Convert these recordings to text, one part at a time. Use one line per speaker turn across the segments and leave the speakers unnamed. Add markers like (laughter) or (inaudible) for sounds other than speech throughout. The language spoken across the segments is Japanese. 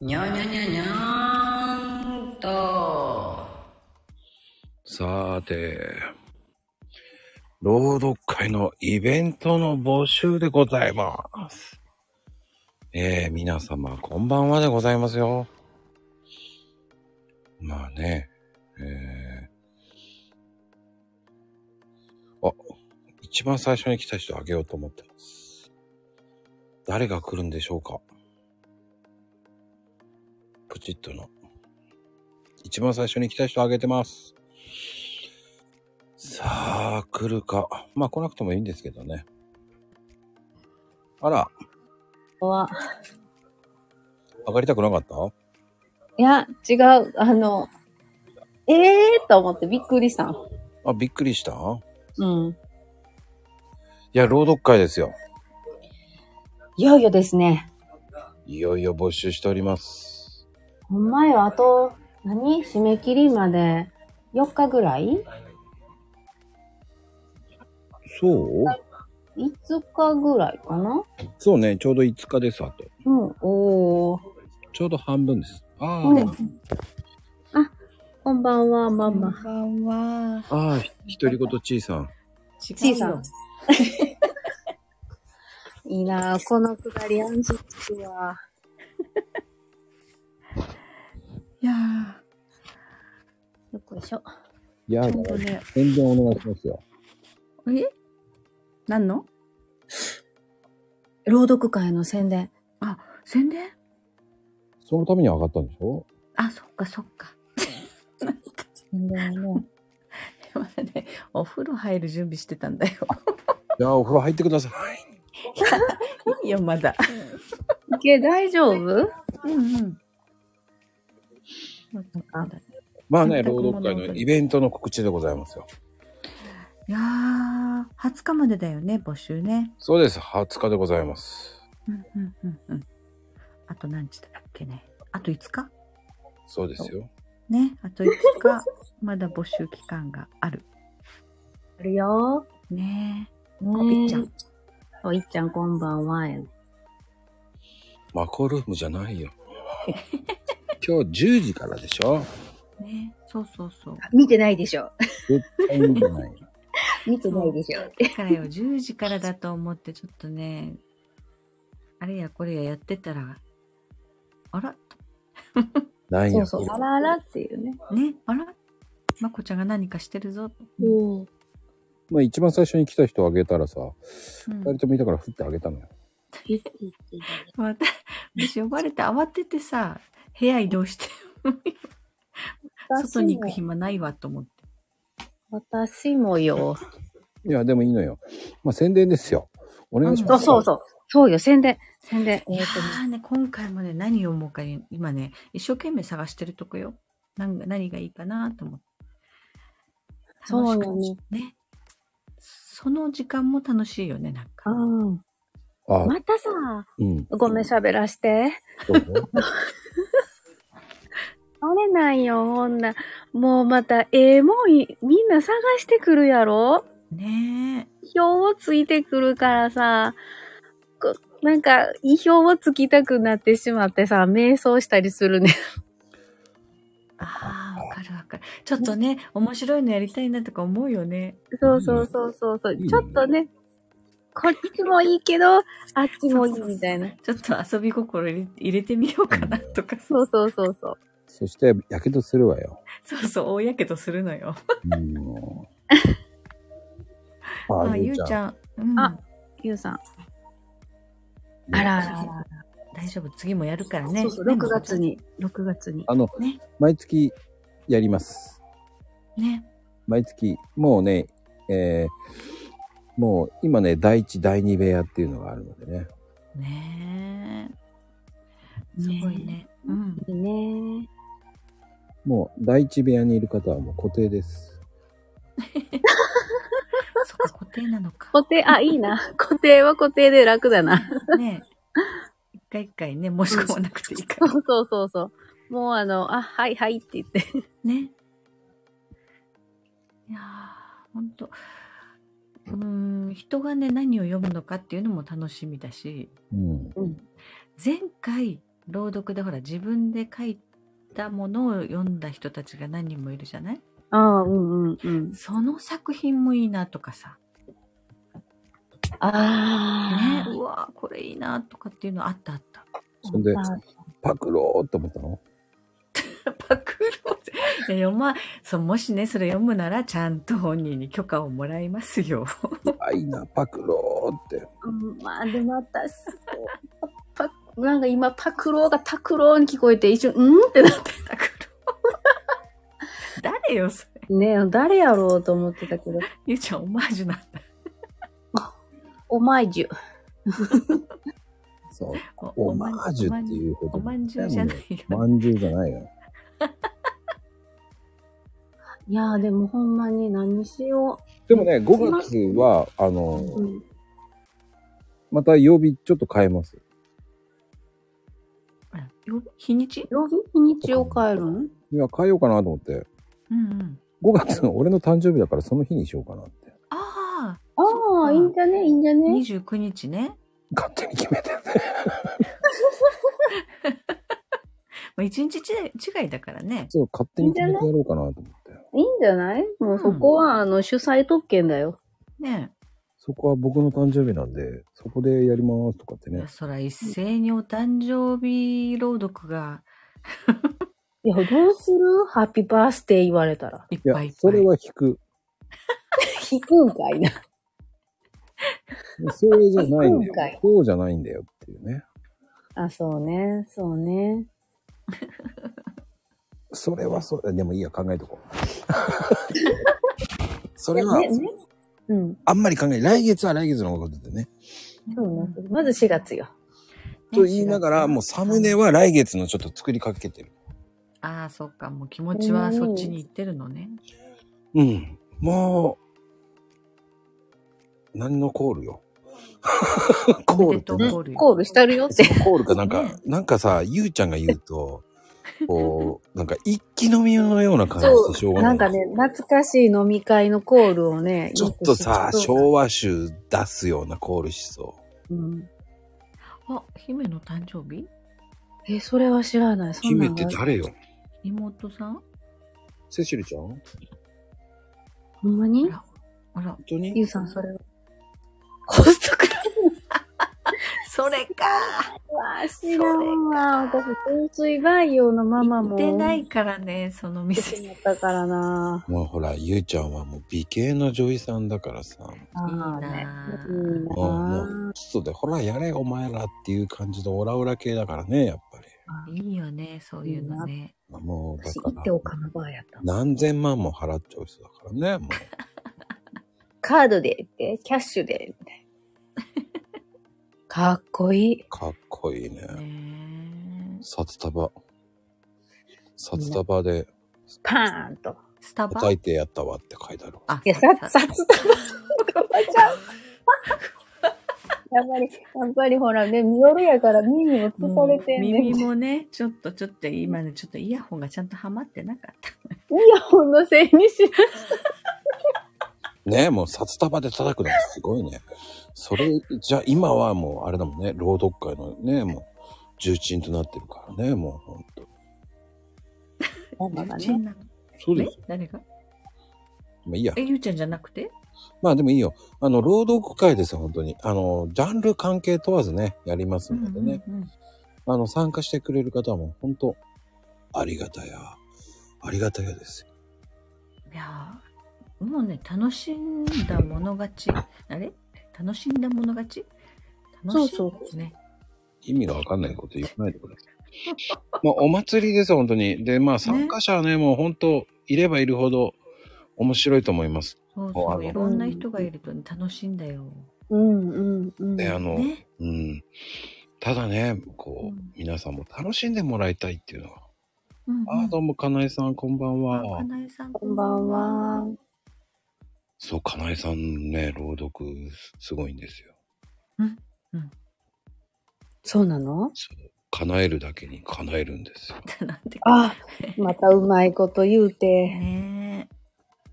にゃにゃにゃにゃーんと。
さて、朗読会のイベントの募集でございます。えー、皆様、こんばんはでございますよ。まあね、えー、あ、一番最初に来た人あげようと思ってます。誰が来るんでしょうかプチッとの。一番最初に来た人あげてます。さあ、来るか。まあ来なくてもいいんですけどね。あら、
は、
上がりたくなかった
いや、違う。あの、ええー、と思ってびっくりしたん。
あ、びっくりしたい
うん。
や、朗読会ですよ。
いよいよですね。
いよいよ募集しております。
ほんまよ、あと、何締め切りまで4日ぐらい
そう
?5 日ぐらいかな
そうね、ちょうど5日です、あと。
うん、おー。
ちょうど半分です。ああ、
うん。あ、こんばんは、マ
こん
マ。
ばんは。
ああ、独り言ちいさん。
ち
違
いさん。 (laughs) いいなぁ、このくだり安心するわ。
いやー。よっこいしょ。
いや
ちょうどね。
宣伝お願いしますよ。
え何の
朗読会の宣伝。
宣伝
そのために上がったんでしょ
あ、そっかそっか。 (laughs)
宣伝ね。
今ね、お風呂入る準備してたんだよ。
じゃあ、お風呂入ってください。
いいよ、まだ。
いけ、大丈夫
うんうん。
まあね、
洗濯
朗
物
読会のイベントの告知でございますよ。
いやー、20日までだよね、募集ね。
そうです、20日でございます。
うんうんうんうん。あと何日だっけね。あと5日
そうですよ。
ね、あと5日。 (laughs) まだ募集期間がある。
あるよ。
ね
ね
え。いっちゃん。
おいっちゃんこんばんはや。
マコルームじゃないよ。 (laughs) 今日10時からでしょ
ねそうそうそう。 (laughs)
見てないでしょ。 (laughs)
絶対見てない。
見てないでしょ。
だからよ、10時からだと思って、ちょっとね、あれやこれややってたら、あら
ない
そう
よ。
そう。あらあらっていうね。
ねあらまこちゃんが何かしてるぞ。
うん。
まあ一番最初に来た人あげたらさ、
う
二
ん
人ともいたから振ってあげたのよ。
また、私呼ばれて慌ててさ、部屋移動して、外に行く
私も、
暇ないわと思って。
私もよ。
いや、でもいいのよ。まあ宣伝ですよ。お願いし
そ
ま
う
す。
そうそう。そうよ、宣伝。宣伝。
い
え
や
っとね、
ーね、今回もね、何読もうか、今ね、一生懸命探してるとこよ。なんか何がいいかなと思って。
そうよね
楽しくね。その時間も楽しいよね、なんか。
うん。
あ、
またさ、
うん。
ごめん喋らして。
そうね
あれなんよ、ほんな。もうまた、ええもんい、みんな探してくるやろ
ねえ。
表をついてくるからさ、こなんか、意表をつきたくなってしまってさ、瞑想したりするね。
ああ、わかるわかる。ちょっとね、面白いのやりたいなとか思うよね。
(laughs) そうそうそうそうそう、
いいね
ちょっとね、こっちもいいけど、あっちもいいみたいな。
ちょっと遊び心入れ入れてみようかなとか、
そうそうそうそう。
そして、やけどするわよ。
そうそう、大やけどするのよ。
うん。
あ、ゆうち
ん。
ゃん。うん、
あゆうさん。あらあらあら。
大丈夫。次もやるからね。
そうそう、
ね
6月。に。6月に。
あの、
ね
毎月やります。
ね。
毎月、もうね、えー、もう今ね、第一、第二部屋っていうのがあるのでね。
ねえ。すごいね。うん。
いいね。
もう第一部屋にいる方はもう固定です。
そっか、固定なの (laughs) か。
固定、あ、いいな。固定は固定で楽だな。
ねえ。一回一回ね、申し込まなくていいか
そ
ら。
うそうそうそう。もうあの、あ、はいはいって言って。
ね。いやー、ほんと。うーん、人がね、何を読むのかっていうのも楽しみだし、
うん。
前回、朗読でほら自分で書いたものを読んだ人たちが何人もいるじゃない
ああ、うんうんうん。
その作品もいいなとかさ、ね
あ、
うわこれいいなとかっていうのあったあった。
そんで、パクろうと思ったの
パクロっていや読まそうもしねそれ読むならちゃんと本人に許可をもらいますよ。 (laughs)
あいいな、パクろうって。
うんまあでも私、パなんか今、パクローがタクローに聞こえて一瞬、うんってなって
パクロ誰よそれ。
ねえ、誰やろうと思ってたけど、
ゆうちゃんオマージュなんだ。
おまいじゅ。
そう。オマージュっていうこと
おまんじゅうじゃない
お
よ。
まんじゅうじゃないよ。
いやーでもほんまに何しよ
でもね、5月は、あの、
う。うん、
また曜日ちょっと変えます。
あよ日にち
曜日日にちを変えるん
いや、変えようかなと思って。
うんうん。
5月の俺の誕生日だからその日にしようかなって。
ああ、
ああ、いいんじゃねいいんじゃね
29日ね。
勝手に決めて (laughs) ね。
まあ、1日違いだからね。
そう、勝手に決めてやろうかなと思って。
いいんじゃないもうそこは、あの、主催特権だよ。
ね
そこは僕の誕生日なんで、そこでやりますとかって
え。い
ね
や。そら一斉にお誕生日朗読が
いや、どうするハッピーバースデー言われたら。
いっ
いや
ぱいいっぱい。、
それは引く。
引くんかいな。
それじゃないんだ
今回
よ。そうじゃないんだよっていうね。
あ、そうね、そうね。
それはそれ、でもいいや、考えと (laughs) こう。それは
ね、ね。うん、
あんまり考え、来月は来月のことでね。
そうね。まず4月よ。
と言いながら、もうサムネは来月のちょっと作りかけてる。
ああ、そっか。もう気持ちはそっちに行ってるのね。
うん。もう、何のコール (laughs) よ。コールって
おめで
ね
とう。コールよ
コールしてるよって。
コールかなんか
ね、
なんかさ、ゆうちゃんが言うと、こう、なんか一気飲みのような感じ
そ
してしょう
う。
がな。
ないんかね、懐かしい飲み会のコールをね、
ちょっとさ、
よく知ってる
昭和集出すようなコールしそう。
うん。
あ、姫の誕生日
え、それは知らない。そんな
姫
ん
っ
が
て誰よ
妹さん
セシルちゃん本
ほんま
あ
に
ら、
(laughs)
あら、
当
ゆ
に
うさん、それは。コストクラ
それか。
ブは知らんわ。私、噴水培養のママ
行
も。
ってないからね、その
見
店
せ。ったからな。
もうほら、ゆうちゃんはもう美形の女優さんだからさ、
あ
いい
あ
なぁ
ねいいな
も
ぁ
う、外でほらやれお前らっていう感じのオラオラ系だからね、やっぱり。
いいよね、そういうのね。
まあもう、だ
私、
か、
行っておからのバーやった。
何千万も払っちゃう人だからね、もう。
カードでって、キャッシュで、みたい
(laughs)
な。かっこいい。
かっこいいね。
ねえ
札束。札束で
パーンと。
スタバ
叩いてやったわって書いてある。
あ、
いや、さ、札束とかちゃう。やっぱり、やっぱりほらね、見よるやから耳も
も
疲れ
う
てんねん。
耳
イ
もね、ちょっとちょっと今ね、ちょっとイヤホンがちゃんとはまってなかった。
ヤホンのせいにしない。
ねえ、もう札束で叩くのすごいね。それ、じゃあ今はもうあれだもんね、朗読会のね、もう重鎮となってるからね、もうほんと。
ママが
ち
ね
んなの
そう
え
ですよ。
誰が
まあいいや
え、。ゆうちゃんじゃなくて
まあでもいいよ。あの、朗読会ですよ、本当に。あの、ジャンル関係問わずね、やりますのでね。
うんうんうん
あの、参加してくれる方はもう本当、ありがたや、ありがたやですよ。
いやーもうね楽しんだもの勝ちあれ楽しんだもの勝ち楽しん
そう
ですね
意味がわかんないこと言わないでくだ
(laughs)
さい。まあ、お祭りですよ、本当に。で、まあ、参加者はね、もう本当、いればいるほど面白いと思います。
そう
もうあ
そう
の
いろんな人がいると、ね、楽しいんだよ
うんうんうん。
で、あの、
ね
うん。ただね、こう、
うん
皆さんも楽しんでもらいたいっていうのは。
うんうん
あー、どうも、かなえさん、こんばん
あ
は
か。なえさん
こんばんは。
そう、かなえさんね、朗読、すごいんですよ。
そうなの
そう。叶えるだけに叶えるんですよ。
ってなんて
あ、またうまいこと言うて。
ね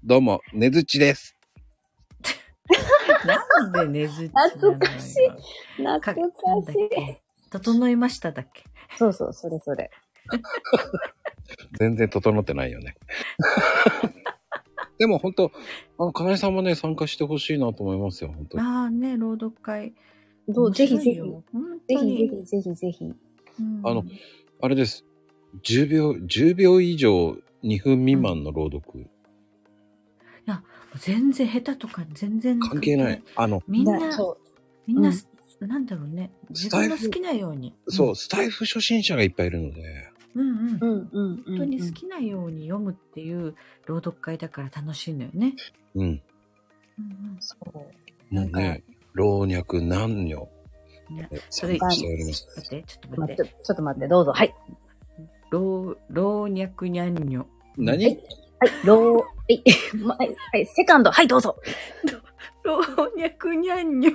どうも、ねずちです。
えなんでねずっちなのよ
懐かしい懐か
かなんだっ
しい。
け整いましただっけ
そうそう、それそれ。
全然整ってないよ
(laughs)
ね。でも本当、あの、かなえさんもね、参加してほしいなと思いますよ、本当に。
ああね、朗読会。
どうぜひ
面
ぜ
白い
ひ。
よ本
ぜ
当に。
ひぜひぜひぜひ。
うん
あのあれです。10秒、10秒以上2分未満の朗読。
全然下手とか全然
関係ない。。あの、
みんな、
だそ
みんな、なんだろうね。自分の好きなように。
そう、スタイフ初心者がいっぱいいるので、
うん。うんうん
う。うんうんうん、うん。
本当に好きなように読むっていう朗読会だから楽しいのよね。
うん。
うん
そう。
もうね、老若男女、
うんね
え
それ
参加しております。
待って、ちょっと
ま
待
あ
っ
ちょ
て。
ちょっと待って、どうぞ。はい。
老老若にゃんにょ。
何、
はいはい、ロー、はい、 (laughs) まはい、はい、セカンド、はい、どうぞ。
(laughs) 老若にゃんにょ。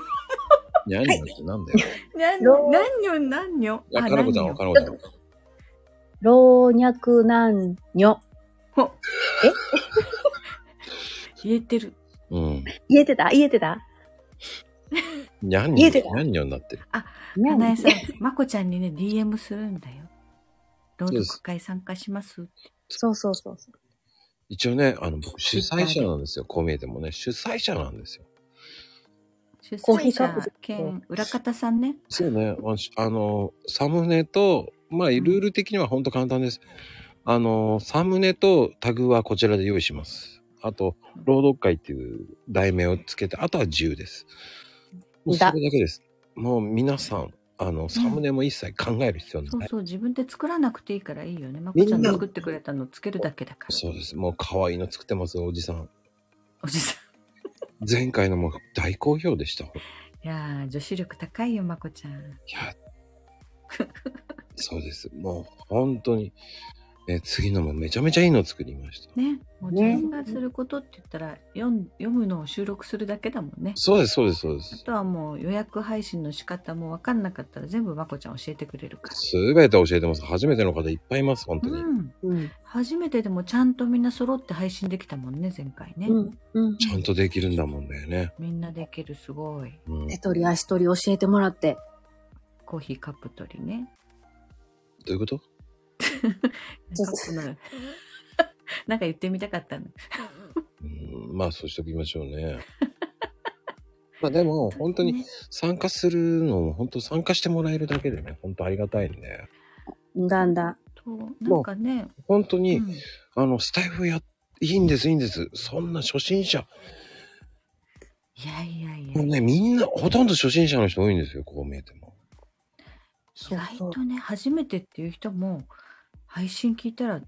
何って
(laughs)
なんだよ。
にゃんに
老
ょ、なんにょ。
あ、かなこちゃんはかなこちゃん。
老若男女。
言えてる。
うん。
言えてた言えてた
にゃんに
家
ょ
で、だ
にゃんにょになってる。
かなえさん (laughs)
ね、
まこちゃんにね、DM するんだよ。朗読会参加します。
そうそうそうそう。
一応ね、あの、僕主催者なんですよ。こう見えてもね、主催者なんですよ。
出
コーヒ
催
ーカップ
者兼裏方さんね。
そうね、まあしあの、サムネと、まあ、ルール的には本当簡単です。あの、サムネとタグはこちらで用意します。あと、朗読会っていう題名をつけて、あとは自由です。もうそ
だ
れだけです。もう皆さん、あの、サムネも一切考える必要ない。
そうそう、自分で作らなくていいからいいよね。まこちゃ
み
ん
んな
の作ってくれたのつけるだけだから。
そうです。もう可愛いの作ってます、おじさん。
おじさん。
前回のも大好評でした。い
いやー、女子力高いよ、まこちゃん。 (laughs)
や。そうです。もう本当に、え次のもめちゃめちゃいいの作りました。
ね。もう自
ね
分がすることって言ったら、読ん読むのを収録するだけだもんね。
そうです、そうです、そうで
あ
す。
とはもう予約配信の仕方も分かんなかったら全部まこちゃん教えてくれるから。
すべて教えてます。初めての方いっぱいいます、本当
う
に。
ん。
うん。
初めてでもちゃんとみんな揃って配信できたもんね、前回ね。
うん。うん。
ちゃんとできるんだもんだよね。
みんなできる、すごい。
うん、
手
ど
取り足取り教えてもらって。
コーヒーカップ取りね。
ういうこと
そう
カップの (laughs) なんか言ってみたかったの。
うんまあ、そうしておきましょうね。 (laughs) まあでも、本当に
ね。
参加するのも、本当参加してもらえるだけでね、本当ありがたいんで。
だんだん。
そうなんかね、
本当
う
に、
ん
あの、スタイフや、いいんです、いいんです。そんな初心者。
いやいやいや
もう、ね、みんな、ほとんど初心者の人多いんですよ、こう見えても。
意外とね、初めてっていう人も、配信聞いたら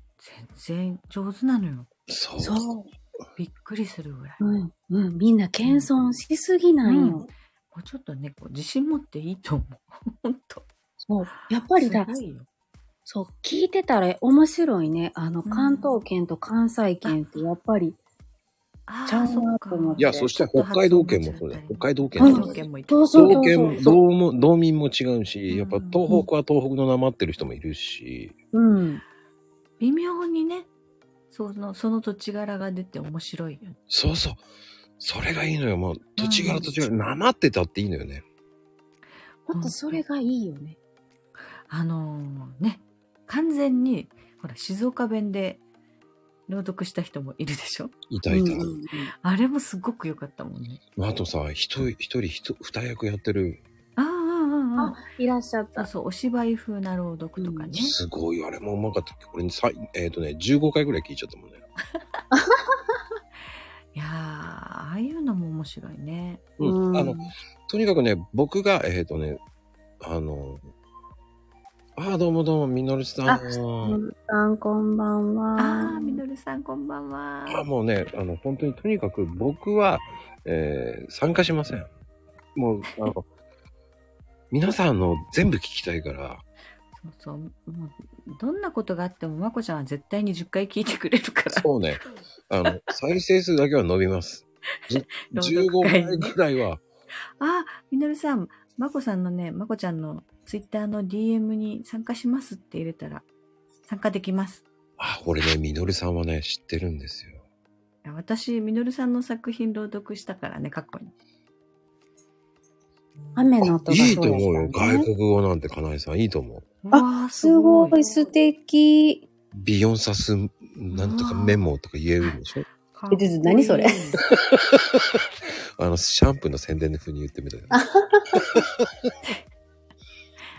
全然上手なのよ。
そう。
そ
びっくりするぐらい。
う。うん。うん。みんな謙遜しすぎないよ。
うんもうちょっとね、こう自信持っていいと思う。 (laughs) 本当。
そう。やっぱりだ
す、ごいよ
そう、聞いてたら面白いね。あの、
うん
関東圏と関西圏ってやっぱり、
あ
ちゃう
あ、
な
そっ
と
か。
思っ
い
て
や、そして北海道県もそうだよ。北海道県
う
道
ん
もそうだよ
もいた。
そうそう
道
そうそう
県、道も、道民も違うし、やっぱ
うん
東北は東北のなまってる人もいるし、
うん。
微妙にね、その、その土地柄が出て面白いよね。
そうそう。それがいいのよ。もう、土地柄土地柄、なまってたっていいのよね。
ほんとそれがいいよね。
あのーね、完全に、ほら、静岡弁で朗読した人もいるでしょ
いうた
ん
いうた。
んうん
あれもすごく良かったもんね。
まああとさ、一人、一人、一二役やってる。
ああ、ああ、ああ。
いらっしゃっ
そう
た。
そう、お芝居風な朗読とかね。
すごい、あれもうまかった。俺にさ、えっ、とね、15回ぐらい聞いちゃったもんね。
いやー、ああいうのも面白いね。
うん。あの
う、ん
とにかくね、僕が、えっ、とね、あの、ああ、どうもどうも、みのるさん。
あさん、こんばん
ああ、
は。
みのるさんこんばんは。
あもうね、あの、本当にとにかく僕は、えー参加しません。もう、あの、 (laughs) 皆さんの全部聞きたいから、
そうそう、もう、どんなことがあっても、まこちゃんは絶対に10回聞いてくれるから。
そうね、あの、再生数だけは伸びます。
(laughs)
じ
朗
15
読会
回ぐらいは、
ああ、みのるさん、まこさんのね、まこちゃんのツイッターの DM に参加しますって入れたら、参加できます。
あ、俺ね、みのるさんはね、知ってるんですよ。
いや私、みのるさんの作品朗読したからね、過去に。
雨の音が
いい
そ
と
うで
思うよ。
したね。
外国語なんて、かなえさん、いいと思う。
あ
すごい素敵。
ビヨンサス、なんとかメモとか言えるんでしょ
えちょっと何それ
あの、シャンプーの宣伝の風に言ってみたよ。
(laughs)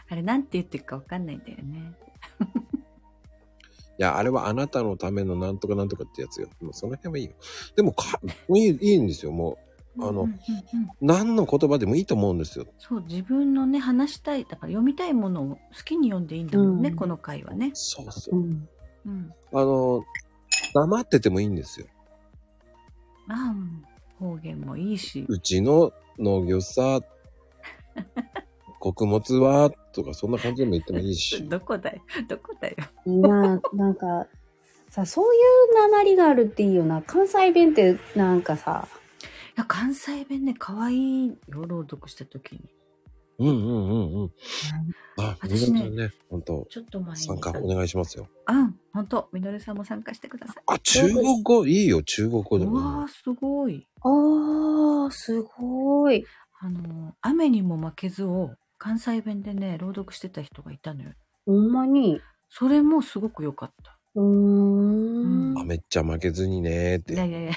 あれなんて言ってるかわかんないんだよね。
いや、あれはあなたのためのなんとかなんとかってやつよ。もうその辺はいいよ。でもか、いい、いいんですよ。もう、あ
うん
の
う、んうん
何の言葉でもいいと思うんですよ。
そう自分のね話したいだから読みたいものを好きに読んでいいんだもんね、
うん
この回はね。
そうそうう。
ん。
うん、
あの、黙っててもいいんですよ。
ああもう方言もいいし。
うちの農業さ、穀物は、とかそんな感じでも言ってもいい
(laughs)
し。
どこだよどこだよ。
いいな、なん (laughs) か、さ、そういうなまりがあるっていいよな。関西弁ってなんかさ、
いや関西弁ね可愛いよ朗読した時に
うんうんうんうん。あ、みのり
私
さ
ね
んね、本当
ちょっと前に
参加お願いしますよ。
うん本当みのりさんも参加してください。
あ、中国語いいよ、中国語で
う
も
わ。ーすごい。
あー、すごい。
あの雨にも負けずを関西弁でね朗読してた人がいたのよ。
ほんまに。
それもすごく良かった。
うーん。
あ、めっちゃ負けずにねーっ
いや
て。
いや
(laughs)
いや。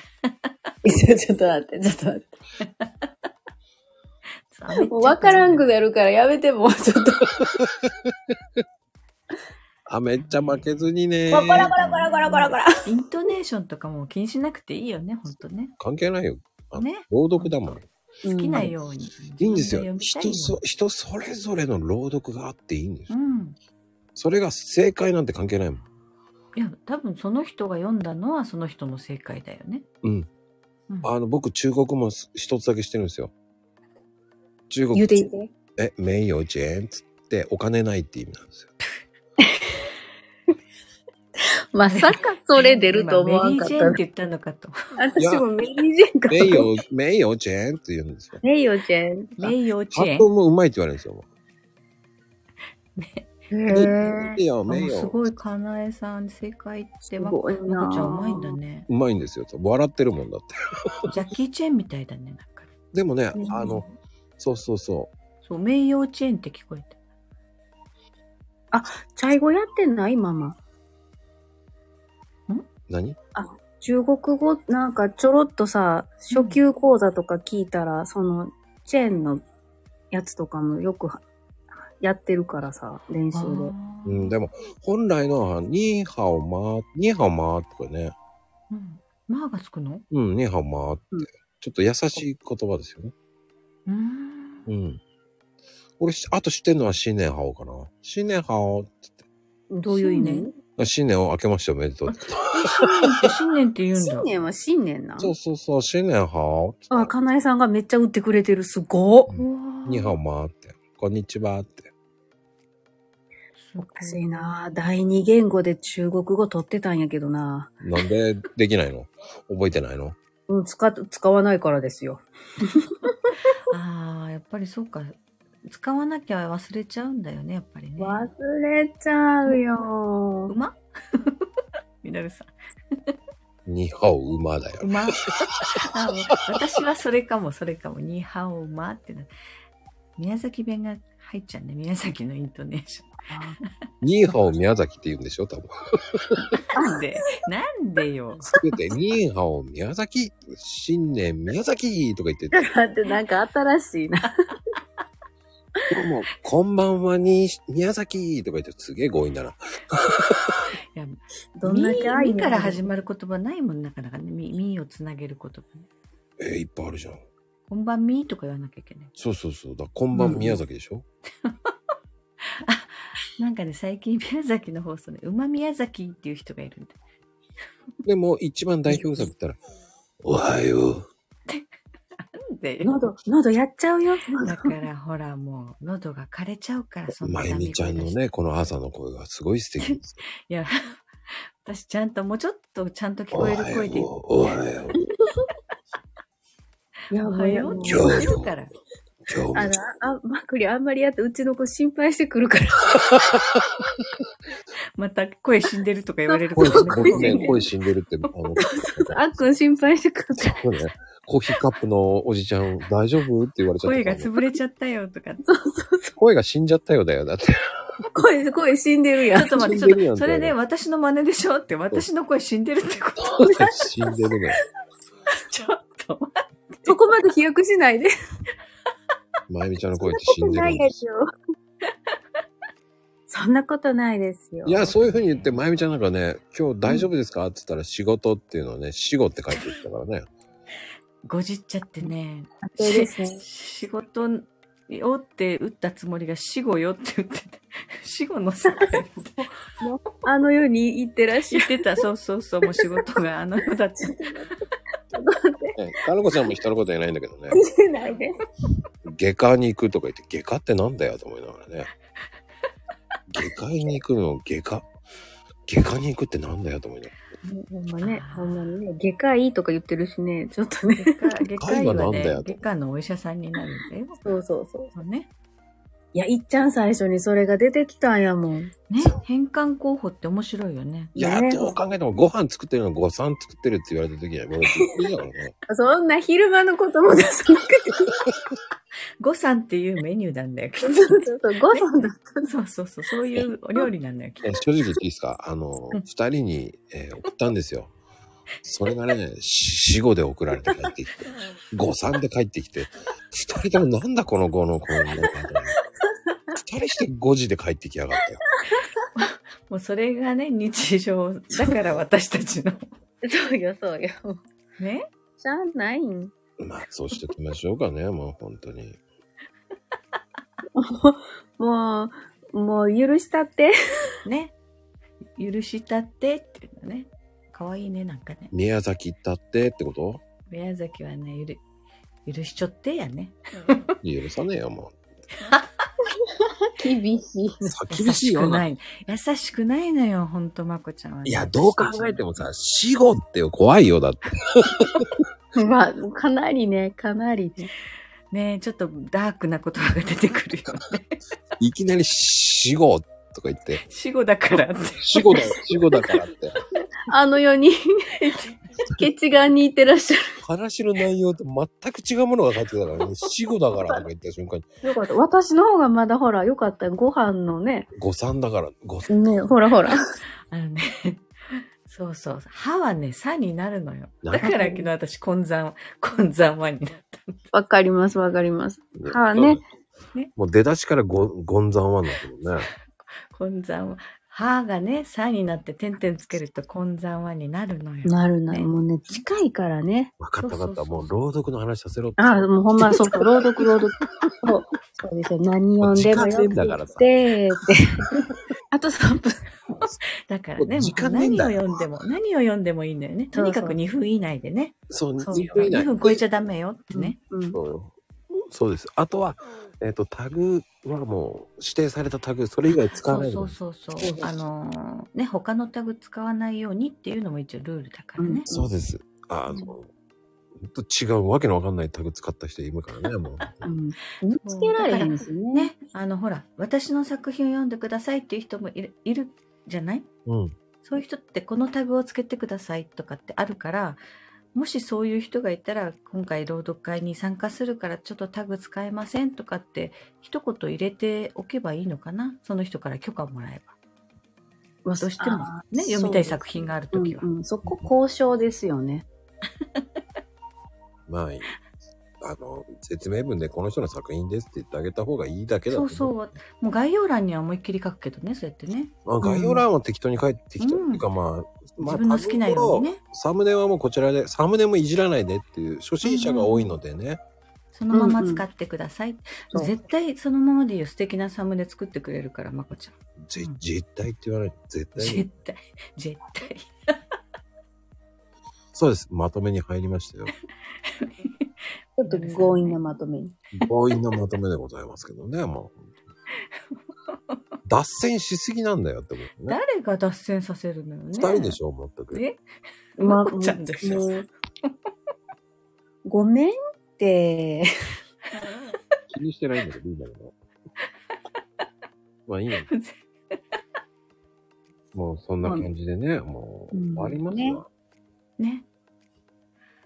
ちょちょっと待って、ちょっと待って。もうわ
わ
からんくなるからやめてもう (laughs) ちょっと。
あ、めっちゃ負けずにね
わ
ー
こらこらこらこらこらこら。
イントネーションとかも気にしなくていいよね、ほんとね。
関係ないよ。あ
ね。
朗読だもん。
好きな
よ。
ように。
いいんです
自
よ。
分で
人
読みたい
そ、人それぞれの朗読があっていいんです
よ。うん。
それが正解なんて関係ないもん。
いや、多分その人が読んだのはその人の正解だよね。
うん。
うん
あの、僕、中国も一つだけしてるんですよ。中国
言う、て言うて。
え、名誉ジェーンつって、お金ないって意味なんですよ。
まさかそれ出ると思わんかっ
今メリージ
た
ェーンって。言ったのかと。
私もメリージェンか
名誉、名誉ジェーンって言うんですよ。
名誉ジェン。
名誉遅
発
延。
音もうまいって言われるんですよ。
へ
名
え。
誉、名
あす
誉。
ごい、かなえさん、正解って、
す
ま
ごいな
まこちゃんうまいんだね。
うまいんですよ。笑ってるもんだって。
ジャッキー・チェンみたいだね、なんか。
でもね
う、ん
あの、そうそうそ
そう、名誉遅延って聞こえた。
チャイ語やってないママ。
う。何
中国語なんかちょろっとさ、初級講座とか聞いたら、その、チェーンのやつとかもよくはやってるからさ、練習
あ
で。
ー
うん、でも、本来の、あニーハオマー、ニーハオマーとかね、
うん。まーがつくの
うん、ニーハオマーって、
うん
ちょっと優しい言葉ですよね。
うーん。
うん。俺、あと知ってんのは新年ハオかな。新年ハオ、
どういう意
新
味
年
新年を明けましておめでとうって。
新年って新年って言うんだ。
新年は新年な。
そうそうそう、新年ハオって。
あ、かなえさんがめっちゃ売ってくれてる。すごっ。
ニーハオ
も
マーって、こんにちはって。
お
おかしいな第二言語で中国語取ってたんやけどな
なんでできないの覚えてないの
うん、使っ、使わないからですよ。
ああ、やっぱりそうか。使わなきゃ忘れちゃうんだよね、やっぱりね。
忘れちゃう
う
よ。
(laughs) まみのるさ
ニーハオ馬だよ
ん。う。ま (laughs) あ私はそれかも、それかも。ニーハオうまってな。宮崎弁が入っちゃうね。宮崎のイントネーシ
ニーハオ宮崎って言うんでしょ多分。
ョン。なんでなんでよ。
すべ
(laughs)
て、ニーハオ宮崎、新年宮崎とか言ってて。
だってなんか新しいな。
でももう、こんばんはに、宮崎とか言ってすげえ強引だな。
いや
どんだけ愛
みみから始
ま
まる言葉ないもん、なかなかね。み、みをつなげる言葉ね。
えー、いっぱいあるじゃん。
こんばんみーとか言わなきゃいけない。
そうそうそう。だからこんばんは宮崎でしょ、
なんかね、最近宮崎の放送で、うま宮崎っていう人がいるんだ。
でも、一番代表作って言ったら、おはよう。
なんでよ
喉、喉やっちゃうよ。
だからほらもう喉が枯れちゃうからそんな
まゆみちゃんのね、この朝の声がすごい素敵です。
いや私ちゃんともうちょっとちゃんと聞こえる声で
おはよう。おはよう。
いや
お
も
は
う
ようって
今日も
言ってるから
今日も
あの、あ、マクリあんまりやって、うちの子心配してくるから。
また声死んでるとか言われるか
声
ら
僕ね、
ね
声死んでるって、あの、
あっくん心配してくるから。
そうね。コーヒーカップのおじちゃん、大丈夫って言われちゃった。
声が潰れちゃったよとか。ち
そうそうそ
声が死んじゃったよだよ。だって。
う。声、声死んでるや
ょ
ん
っ。と待って、ち
死んでる
ょ
や
っ
ん
と、それね、私の真似でしょって、私の声死んでるってこと。
死んでるのよ。
ちょっと待って。
そこまで飛躍しないで。
まゆみちゃんの声って死んでるん
(laughs)
です。
ょ。そんなことないですよ。
いや、そういうふうに言って、まゆみちゃんなんかね、今日大丈夫ですかって言ったら、仕事っていうのはね、死後って書いてきたからね。
ごじっちゃってね、
そうですね。
仕事よって打ったつもりが死後よって打って (laughs) た。死後の世界
(laughs)
って
あの世に行ってらっし
言
ゃ
ってた。そうそうそう、もう仕事があの世だって。
ねかのこちゃんも人のこと言えないんだけどね、
る。ないで。
外科に行くとか言って、外科ってなんだよと思いながらね。外科医に行くの、外科外科に行くってなんだよと思いながら。
ほんまね、ほんまにね、外科医とか言ってるしね、ちょっとね。
外科医
外科医はな
は
んだよ
ね、外科のお医者さんになるんだよ。
そうそうそう。
そうね。
いや、いっちゃん最初にそれが出てきたんやもん。
ね、変換候補って面白いよね。
いや、
ね
どう考えてもご飯作ってるのご飯作ってるって言われた時には、もうびっくりだからね。
そんな昼間のことも出さなくて。
ごさんっていうメニューなんだよ、
(laughs)
きっと
ちょっとご飯だったの。
そうそうそう、そういうお料理なんだよ、きっと
え正直言っていいですかあの、
うん
二人に、えー送ったんですよ。それがね、し死後で送られて帰ってきて、誤算で帰ってきて、二人ともなんだこの5の子のなんかと思って二人して5時で帰ってきやがったよ。
もうそれがね、日常だから私た
(laughs)
ちの。
そうよ、そうよ。
ね
しゃあないん。
まあ、そうしてきましょうかね、 (laughs) もう本当に。
もう、もう許したって。
ね許したってっていうのね。可愛いね、なんかね。
宮崎行ったってってこと
宮崎はね、ゆる許しちょってやね。
許さねえよ、も
厳しい。
う。さ、
優しくない。優しくないのよ、ほんと、まこちゃんはね、
いや、どう考えてもさ、死後ってよ、怖いよ、だって。
まあ、かなりね、かなりね。
ねちょっとダークな言葉が出てくるよ (laughs) ね。
いきなり死後とか言って、
死後だからって。
死
(laughs)
後だよ、死後だからって。
あの世に、血眼に行ってらっしゃ
話の内容と全く違うものが書いてたからね、死後だからとか言った瞬間に、
る。よかった。私の方がまだほら、よかった。ご飯のね。
誤算だから、誤算。
ね、ほらほら。
あのね、そうそう、歯はね、さになるのよ。
なる
だ
ほ
から昨日私、混ざん、混ざんはになった。
わかります、わかります。歯ね
ね。
もう出だしからご、ごんざんはなんだけどね。
混ざんは。歯がね、さになって点々つけると混ざんはになるのよ。
なるなる。もうね、近いからね。
分かった分かった。
そうそうそう
もう朗読の話させろって。
ああ、もうほんま、そうか、朗読、朗読。そう、そうですよ。何読んでもよく
時間ねえんだから
っ
さ
て、って。 (laughs) あと3分。
だから
も
ね、
う時間ねえん
何を
だよ
読んでも、何を読んでもいいんだよね。
そうそ
と
う
にかく2分以内でね。
(laughs) そう、
そう
2分以内
2。分超えちゃダメよってね。
うん。
そうよそうです。あとは、えっ、と、タグはもう指定されたタグ、それ以外使わ
そ
な
う
い
そ
の
う。そうそう。あのーね、他のタグ使わないようにっていうのも一応ルールだからね。
そうです。あの、ほんと違うわけのわかんないタグ使った人いるからね、もう。
うん。見つけられへんしね。
ね、あのほら、私の作品を読んでくださいっていう人もいるいるじゃない
うん。
そういう人ってこのタグをつけてくださいとかってあるから、もしそういう人がいたら、今回朗読会に参加するからちょっとタグ使えませんとかって一言入れておけばいいのかなその人から許可をもらえば。
どう
どうしてもね、読みたい作品があるときは。
うんうん、そこ交渉ですよね。
まあ、いあの、説明文でこの人の作品ですって言ってあげた方がいいだけだと
そ
思
うそう。もう概要欄には思いっきり書くけどね、そうやってね。
まあ、概要欄は適当に書いてきた、
うん
っていうかまあ、まあ、
自分の好きなようにね。
サムネはもうこちらで、サムネもいじらないでっていう初心者が多いのでね。
そのまま使ってください。
うんうん
絶対そのままでいいよ。素敵なサムネ作ってくれるから、まこちゃん。
ぜ
うん
絶対って言わない。絶対に。
絶対、絶対。
そうです。まとめに入りましたよ。
ちょっと強引なまとめに。
強引なまとめでございますけどね、 (laughs) もう。脱線しすぎなんだよって思うね。
誰が脱線させるのよね。
二人でしょ、全く。
え
ま
まこちゃんでしょ
もうごめんって。
気にしてないんだけど、いいんだけど。まあい
(laughs)
いの。もうそんな感じでね、もう終わりますわ。
ね。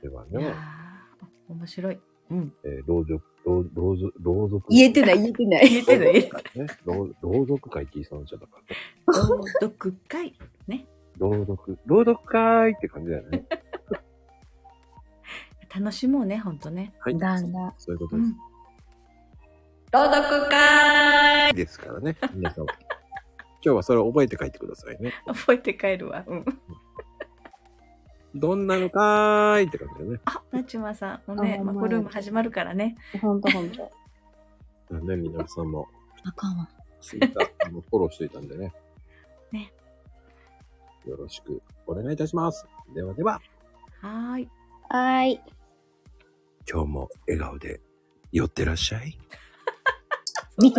ではい
や
ね、
ー面白い。うん。
えー、老族、老、老族、老族。
(laughs) 言えて (laughs) ない、言えてない。
言えてない
(laughs)
言えてない。
ね、老老族会って言いそうになっちゃったから。
朗読会。
朗読、朗読会って感じだよ
(laughs)
ね。
楽しもうね、ほんとね。
はい。
だんだん。
そういうこと
う
で
ん
す。。
朗読会
ですからね。皆さん。今日はそれを覚えて帰ってくださいね。
覚えて帰るわ。うん。
どんなのかーいって感じだよね。
あ、なちまさん。もうね、
あ
マコルーム始まるからね。
ほんとほんと。
なんで、みなさんも、
あかんわ。
ツイッターもフォローしていたんでね。
ね。
よろしくお願いいたします。ではでは、
はーい。
はーい。
今日も笑顔で寄ってらっしゃい。